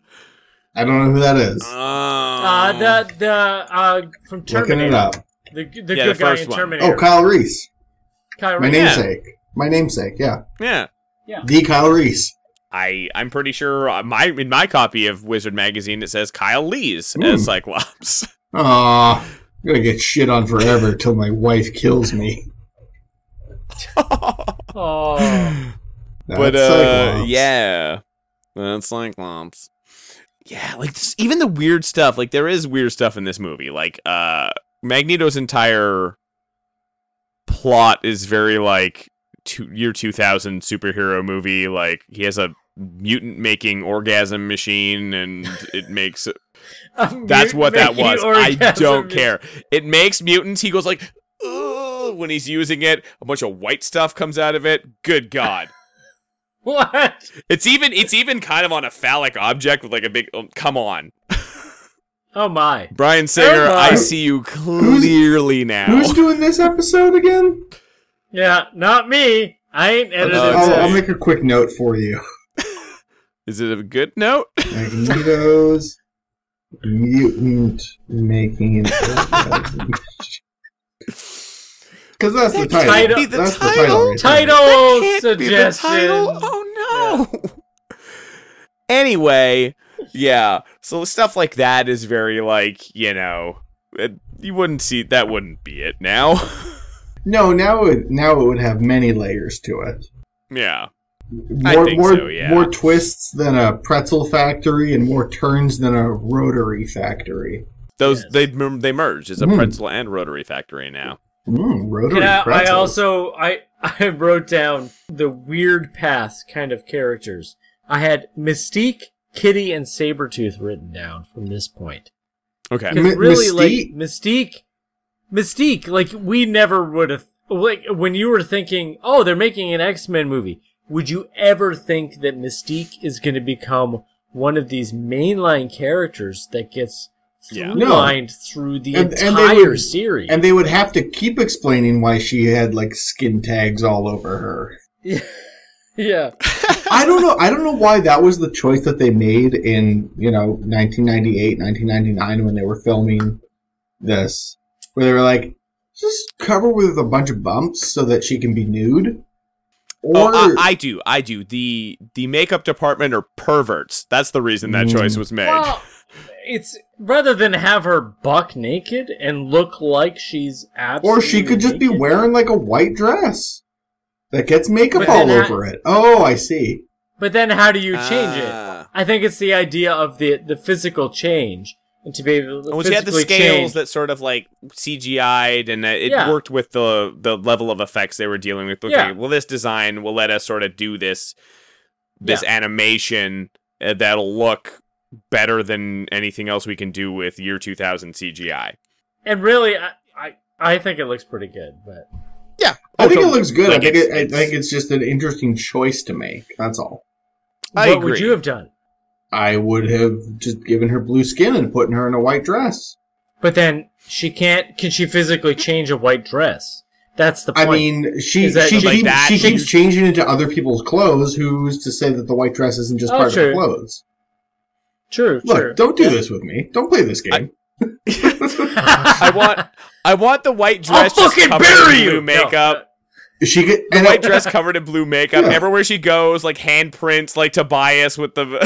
F: I don't know who that is.
G: Uh,
E: Uh,
G: the the uh from
F: Oh. Looking
G: Terminator.
F: it up.
G: The the
E: Yeah,
G: good
E: the
G: guy
E: first
G: in
E: one.
G: Terminator.
F: Oh, Kyle Reese.
G: Kyle
F: My
G: Reese.
E: Yeah.
F: namesake. My namesake, yeah.
E: yeah.
F: The Kyle Reese.
E: I I'm pretty sure uh, my in my copy of Wizard magazine it says Kyle Lees
F: Ooh.
E: as Cyclops.
F: Aw. I'm gonna get shit on forever till my wife kills me.
G: Oh,
F: That's
E: but uh,
F: Cyclops.
E: yeah, that's Cyclops. Yeah, like this, even the weird stuff. Like there is weird stuff in this movie. Like uh, Magneto's entire plot is very like two, year two thousand superhero movie. Like he has a mutant making orgasm machine, and it makes
G: I'm
E: that's what that
G: making
E: was. I
G: orgasm
E: don't
G: is-
E: care. It makes mutants. He goes like, ooh, when he's using it. A bunch of white stuff comes out of it. Good God.
G: What?
E: It's even it's even kind of on a phallic object with like a big. Oh, come on,
G: Oh my.
E: Brian Singer,
G: Oh my.
E: I see you clearly now.
F: Who's doing this episode again?
G: Yeah, not me. I ain't edited
E: Uh,
F: I'll,
G: this.
F: I'll make a quick note for you.
E: Is it a good note?
F: Magneto's mutant making because that's the
E: That
F: title.
G: can't be
E: the
F: that's the
E: title.
G: title
F: title. right there.
E: Can't be the title?
G: suggestion.
E: Oh no. anyway, yeah. So stuff like that is very like you know it, you wouldn't see that wouldn't be it now.
F: No, now it now it would have many layers to it.
E: yeah. I
F: More
E: think
F: more
E: so, yeah.
F: more twists than a pretzel factory, and more turns than a rotary factory.
E: Those
G: Yes.
E: they mer- they merged as a
F: Mm.
E: pretzel and rotary factory now.
F: Mm, rotary
G: And I, I
F: pretzels.
G: also I I wrote down the weird path kind of characters. I had Mystique, Kitty, and Sabretooth written down from this point.
E: Okay.
G: 'Cause
F: Mi-
G: really,
F: Mystique?
G: like Mystique, Mystique, like we never would have. Like when you were thinking, oh, they're making an X Men movie. Would you ever think that Mystique is going to become one of these mainline characters that gets
E: Yeah.
G: through
F: No.
G: lined through the
F: And- and they
G: entire
F: would-
G: series?
F: and they would have to keep explaining why she had like skin tags all over her.
G: yeah,
F: I don't know. I don't know why that was the choice that they made in you know 1998, 1999 when they were filming this, where they were like, just cover with a bunch of bumps so that she can be nude. Or
E: oh, I, I do, I do. The the makeup department are perverts. That's the reason that
F: Mm.
E: choice was made.
G: Well, it's rather than have her buck naked and look like she's absolutely.
F: or she could just be
G: naked.
F: wearing like a white dress that gets makeup
G: But
F: all
G: then I-
F: over it. Oh, I see.
G: But then, how do you change it?
E: Ah.
G: I think it's the idea of the the physical change and to be able to
E: Which had the
G: physically
E: scales
G: change.
E: that sort of like CGI'd and uh, it
G: Yeah.
E: worked with the the level of effects they were dealing with. Okay,
G: Yeah.
E: well, this design will let us sort of do this this animation uh, that'll look better than anything else we can do with year 2000 CGI.
G: and really, I, I I think it looks pretty good, but
F: I think it
E: totally.
F: looks good.
E: Like,
F: I think
E: it's-
F: it, I think it's just an interesting choice to make. That's all.
E: I
G: what would
E: agree.
G: you have done?
F: I would have just given her blue skin and putting her in a white dress.
G: But then she can't. Can she physically change a white dress? That's the
F: I
G: point.
F: mean, she
G: Is that-
F: she,
G: Like
F: keeps,
E: that,
F: she
E: you-
F: keeps changing into other people's clothes. Who's to say that the white dress isn't just
G: Oh,
F: part of
G: true.
F: the clothes?
G: true.
F: Look,
G: true.
F: don't do this with me. Don't play this game.
E: I want I want the white
G: I'll
E: dress just
G: fucking
E: covered
G: bury
E: in
G: you.
E: blue makeup.
F: she could,
E: the
F: and
E: white
F: I-
E: dress covered in blue makeup.
F: Yeah.
E: Everywhere she goes, like handprints, like Tobias with the.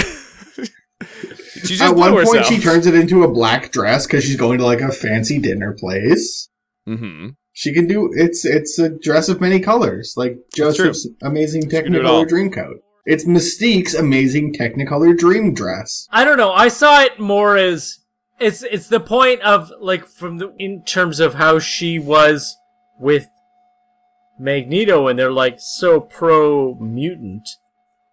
E: she just
F: At
E: blew
F: one point,
E: herself.
F: she turns it into a black dress because she's going to like a fancy dinner place.
E: Mm-hmm.
F: She can do it's it's a dress of many colors, like
E: true.
F: Joseph's amazing
E: can do it all.
F: Technicolor dream coat. It's Mystique's amazing Technicolor dream dress.
G: I don't know. I saw it more as it's it's the point of like from the in terms of how she was with Magneto, and they're like so pro mutant,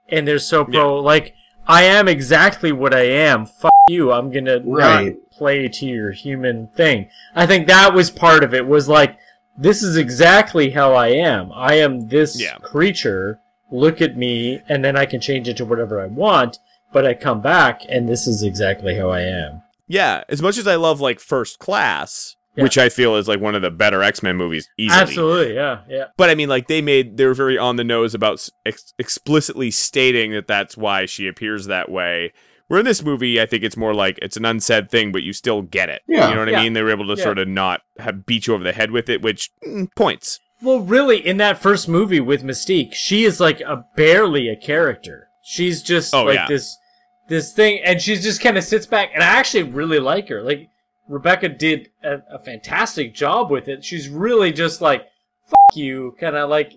G: and they're so pro like I am exactly what I am. Fuck you. I'm gonna
F: Right.
G: not play to your human thing. I think that was part of it. Was like this is exactly how I am. I am this
E: Yeah.
G: creature. Look at me, and then I can change it to whatever I want. But I come back, and this is exactly how I am.
E: Yeah, as much as I love like First Class, which I feel is like one of the better X Men movies, easily.
G: Absolutely, yeah, yeah.
E: But I mean, like they made they were very on the nose about s- ex- explicitly stating that that's why she appears that way. Where in this movie, I think it's more like it's an unsaid thing, but you still get it.
F: Yeah.
E: you know what
G: Yeah.
E: I mean. They were able to
G: Yeah.
E: sort of not have beat you over the head with it, which mm, points.
G: Well, really, in that first movie with Mystique, she is like a barely a character. She's just
E: Oh,
G: like
E: yeah.
G: this this thing, and she just kind of sits back. And I actually really like her. Like Rebecca did a, a fantastic job with it. She's really just like fuck you, kind of like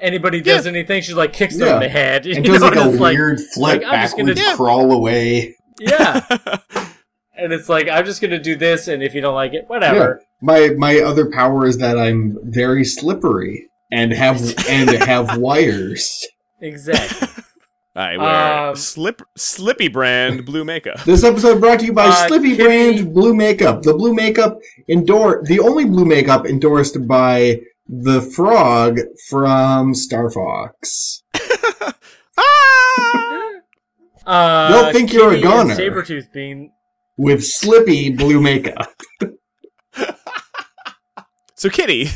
G: anybody does anything, she's like kicks them in
F: Yeah.
G: the head.
F: And
G: you
F: does
G: know,
F: like a
G: and it's
F: weird flip
G: like, I'm just gonna-
F: backwards crawl away.
G: yeah. And it's like I'm just gonna do this, and if you don't like it,
F: Yeah.
G: whatever.
F: My my other power is that I'm very slippery and have and have wires.
G: Exactly.
E: I wear
G: Um,
E: slip slippy brand blue makeup.
F: This episode brought to you by
G: Uh,
F: Slippy
G: Kitty-
F: Brand Blue Makeup. The blue makeup endor the only blue makeup endorsed by the frog from Star Fox.
G: Ah! Uh,
F: They'll think you're a
G: Kitty and
F: goner.
G: Sabretooth being
F: With Slippy blue makeup.
E: So Kitty,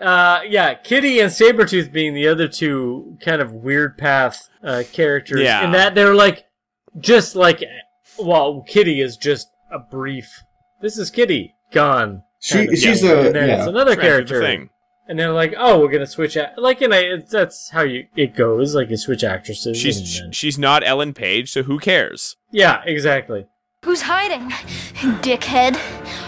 G: Uh, yeah, Kitty and Sabretooth being the other two kind of weird path uh, characters.
E: Yeah.
G: In that they're like, just like, well, Kitty is just a brief. This is Kitty gone.
F: She
G: kind of
F: she's
G: thing.
F: a
G: And then
F: yeah.
G: it's another
E: Friends with
G: character,
E: the thing.
G: and they're like, "Oh, we're gonna switch." Act. Like, and I, it's, that's how you it goes. Like, you switch actresses.
E: She's
G: and then-
E: she's not Ellen Page, so who cares?
G: yeah, exactly.
M: Who's hiding? Dickhead.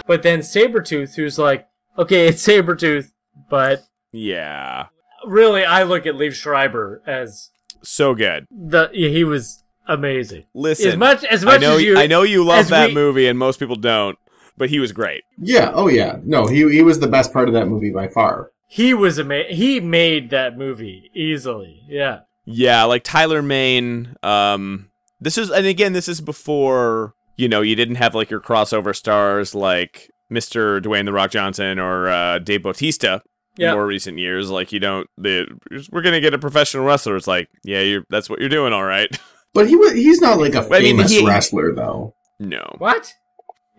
G: But then Sabretooth, who's like, "Okay, it's Sabretooth," but
E: Yeah,
G: really, I look at Liev Schreiber as
E: so good.
G: the yeah, he was amazing.
E: Listen,
G: as much as much
E: I know
G: as you,
E: I know you love
G: as
E: that
G: we-
E: movie, and most people don't, but he was great.
F: Yeah, oh yeah. No, he he was the best part of that movie by far.
G: He was amazing. He made that movie easily. Yeah,
E: Yeah, like Tyler Maine. Um, this is and again, this is before you know you didn't have like your crossover stars like Mr. Dwayne the Rock Johnson or uh, Dave Bautista.
G: Yeah.
E: In more recent years, like you don't, the we're gonna get a professional wrestler. It's like, yeah, you're that's what you're doing, all right.
F: But he was he's not like a
E: I mean,
F: famous
E: he-
F: wrestler though.
E: No,
G: what?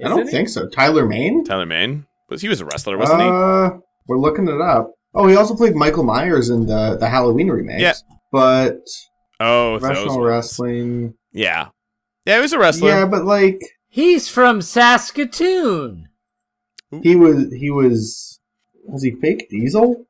F: I don't
G: Isn't he?
F: think so. Tyler Maine?
E: Tyler Maine was he was a wrestler, wasn't he?
F: Uh, we're looking it up. Oh, he also played Michael Myers in the the Halloween remakes.
E: Yeah.
F: But
E: Oh, those
F: professional
E: ones.
F: wrestling.
E: Yeah, yeah, he was a wrestler.
F: Yeah, but like
G: He's from Saskatoon.
F: he was he was was he fake Diesel?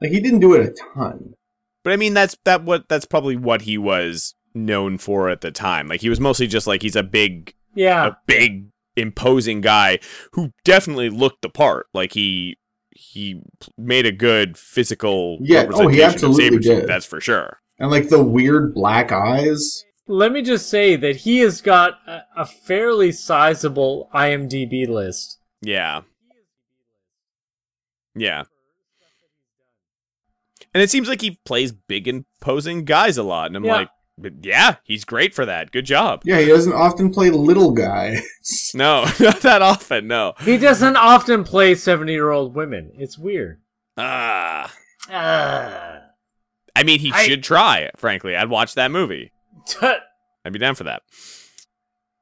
F: Like he didn't do it a ton.
E: But I mean, that's that what that's probably what he was known for at the time. Like he was mostly just like he's a big,
G: Yeah,
E: a big, imposing guy who definitely looked the part. Like he he made a good physical
F: Yeah, oh, he
E: representation of
F: absolutely
E: Sabretooth,
F: did.
E: That's for sure.
F: And like the weird black eyes.
G: Let me just say that he has got a, a fairly sizable IMDb list.
E: Yeah. Yeah. And it seems like he plays big imposing guys a lot. And I'm
G: Yeah.
E: like, but yeah, he's great for that. Good job.
F: Yeah, he doesn't often play little guy.
E: No, not that often. No.
G: He doesn't often play 70 year old women. It's weird.
E: Ah.
G: Uh,
E: I mean, he
G: I-
E: should try, frankly. I'd watch that movie. I'd be down for that.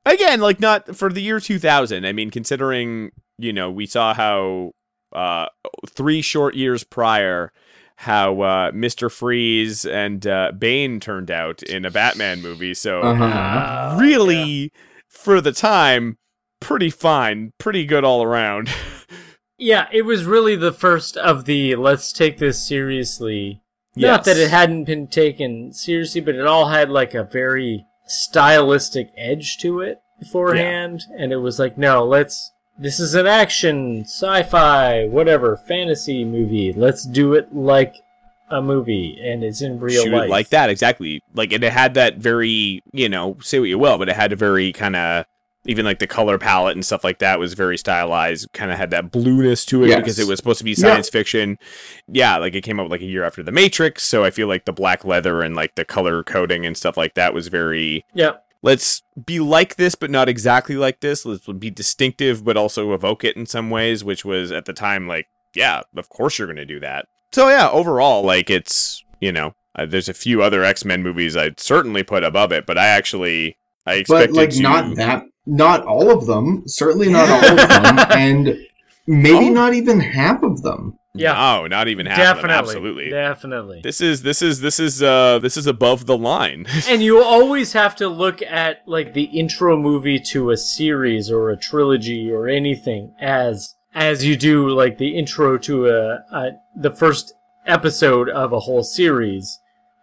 E: Again, like not for the year 2000. I mean, considering, you know, we saw how uh 3 short years prior how uh Mr. Freeze and uh Bane turned out in a Batman movie. So
F: Uh-huh.
E: really for the time pretty fine, pretty good all around.
G: yeah, it was really the first of the let's take this seriously. Not that it hadn't been taken seriously, but it all had like a very stylistic edge to it beforehand. And it was like, no, let's. This is an action, sci fi, whatever, fantasy movie. Let's do it like a movie and it's in real
E: shoot it
G: life.
E: like that exactly like and it had that very you know say what you will but it had a very kind of even like the color palette and stuff like that was very stylized kind of had that blueness to it
F: Yes.
E: because it was supposed to be
F: Yeah.
E: science fiction yeah like it came out like a year after the matrix so i feel like the black leather and like the color coding and stuff like that was very
G: Yeah.
E: let's be like this but not exactly like this let's be distinctive but also evoke it in some ways which was at the time like yeah of course you're gonna do that so yeah overall like it's you know uh, there's a few other x-men movies i'd certainly put above it but i actually i
F: But
E: expected
F: like
E: to
F: not that not all of them. Certainly not all of them. And maybe
E: Oh.
F: not even half of them.
G: Yeah.
E: no not even half of them,
G: Definitely.
E: absolutely
G: Definitely.
E: this is this is this is uh this is above the line
G: and you always have to look at like the intro movie to a series or a trilogy or anything as as you do like the intro to a, a the first episode of a whole series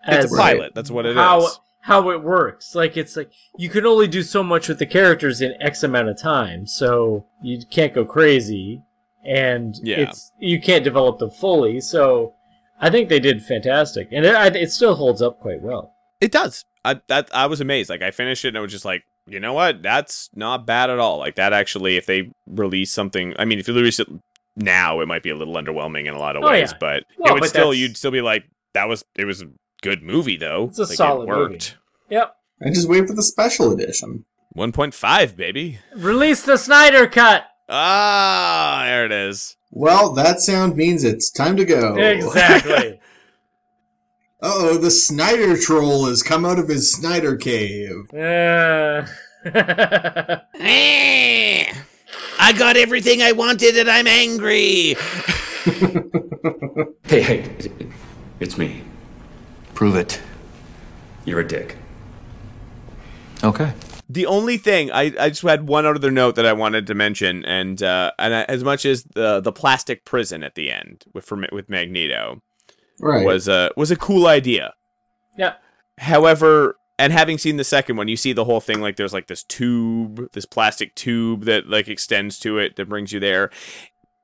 G: as
E: it's a pilot that's what it is.
G: how how it works like it's like you can only do so much with the characters in x amount of time so you can't go crazy and
E: Yeah.
G: it's you can't develop them fully so i think they did fantastic and it, I- it still holds up quite well
E: It does. I that I was amazed. Like I finished it and I was just like, you know what? That's not bad at all. Like that actually, if they release something, I mean, if you release it now, it might be a little underwhelming in a lot of
G: Oh,
E: ways,
G: yeah.
E: but
G: Well,
E: it would
G: but
E: still
G: that's-
E: you'd still be like, that was it was a good movie though.
G: It's a
E: Like,
G: solid
E: It worked.
G: yep
F: And just wait for the special edition.
E: One point five, baby.
G: Release the Snyder Cut.
E: Ah, there it is.
F: Well, that sound means it's time to
E: Oh.
F: go.
G: Exactly.
F: Uh oh, the Snyder troll has come out of his Snyder cave.
G: Uh,
E: I got everything I wanted and I'm angry.
I: Hey, hey, it's me.
C: Prove it.
I: You're a dick. Okay.
E: The only thing I, I just had one other note that I wanted to mention, and uh, and I, as much as the the plastic prison at the end with for, Ma- with Magneto
F: Right.
E: was a was a cool idea.
G: yeah.
E: However, and having seen the second one, you see the whole thing like there's like this tube, this plastic tube that like extends to it that brings you there.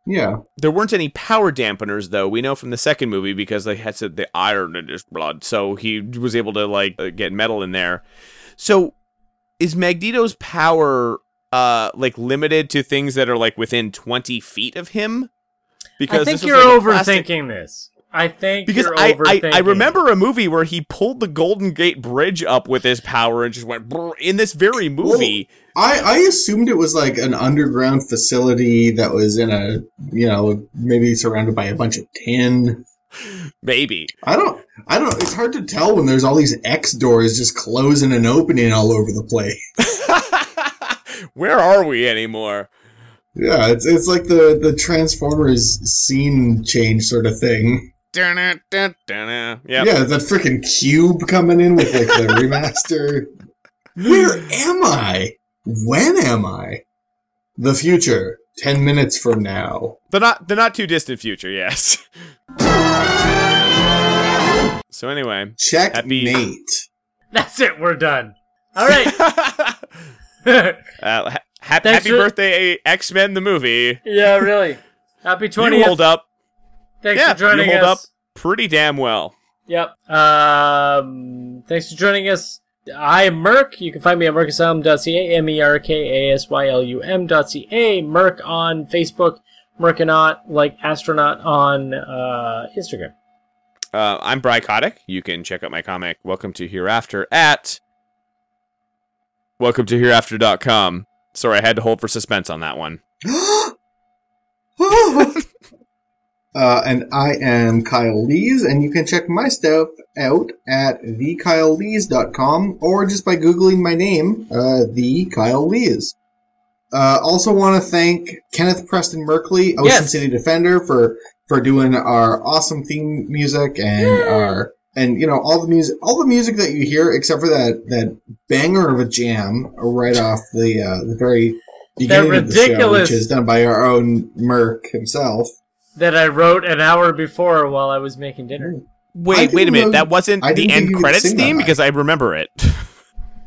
F: yeah.
E: There weren't any power dampeners though. We know from the second movie because they had said the iron in his blood, so he was able to like uh, get metal in there. So is Magneto's power uh like limited to things that are like within 20 feet of him?
G: I think
E: this was,
G: you're
E: like, a plastic-
G: overthinking this. I think
E: because
G: you're
E: I, I
G: overthinking.
E: I remember a movie where he pulled the Golden Gate Bridge up with his power and just went brrr, in this very movie.
F: I, I assumed it was like an underground facility that was in a, you know, maybe surrounded by a bunch of tin.
E: Maybe
F: I don't, I don't, it's hard to tell when there's all these X doors just closing and opening all over the place.
E: where are we anymore?
F: Yeah, it's, it's like the, the Transformers scene change sort of thing.
E: Dun-dun, dun-dun. Yep.
F: Yeah, that freaking cube coming in with like the remaster. Where am I? When am I? The future, 10 minutes from now.
E: The not the not too distant future, yes. so anyway.
F: Checkmate.
G: That's it. We're done. All right.
E: uh, ha- hap-
G: Thanks
E: happy
G: for-
E: birthday, X Men the movie.
G: yeah. Really. Happy
E: You hold
G: twentieth.
E: up.
G: Thanks
E: yeah,
G: for joining
E: you hold
G: us.
E: up pretty damn well.
G: Yep. Um. Thanks for joining us. I am Merc. You can find me at E mercasylum.ca, M-E-R-K-A-S-Y-L-U-M dot C-A, Merc on Facebook, Merconaut, like astronaut on uh, Instagram.
E: Uh, I'm Bry Kotick. You can check out my comic, Welcome to Hereafter, at welcome to hereafter.com. Sorry, I had to hold for suspense on that one.
F: Uh, and I am Kyle Lees, and you can check my stuff out at thekylelees.com or just by Googling my name, uh, The Kyle Lees. Uh, also want to thank Kenneth Preston Merkley, Ocean
G: Yes.
F: City Defender, for, for doing our awesome theme music and our, and you know, all the music, all the music that you hear, except for that, that banger of a jam right off the, uh, the very beginning of the show,
G: ridiculous-
F: which is done by our own Merk himself.
G: That I wrote an hour before while I was making dinner.
E: Wait, wait a
F: didn't
E: minute.
F: know-
E: that wasn't
F: I
E: the
F: didn't think
E: end
F: you could
E: credits
F: sing that
E: theme
F: high.
E: because I remember it.
F: Mm.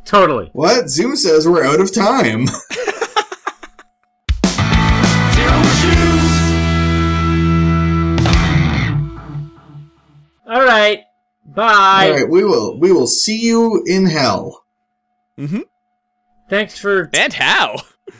G: Totally.
F: What? Zoom says we're out of time.
G: All right. Bye.
F: All right, we will we will see you in hell.
G: Thanks for
E: and how?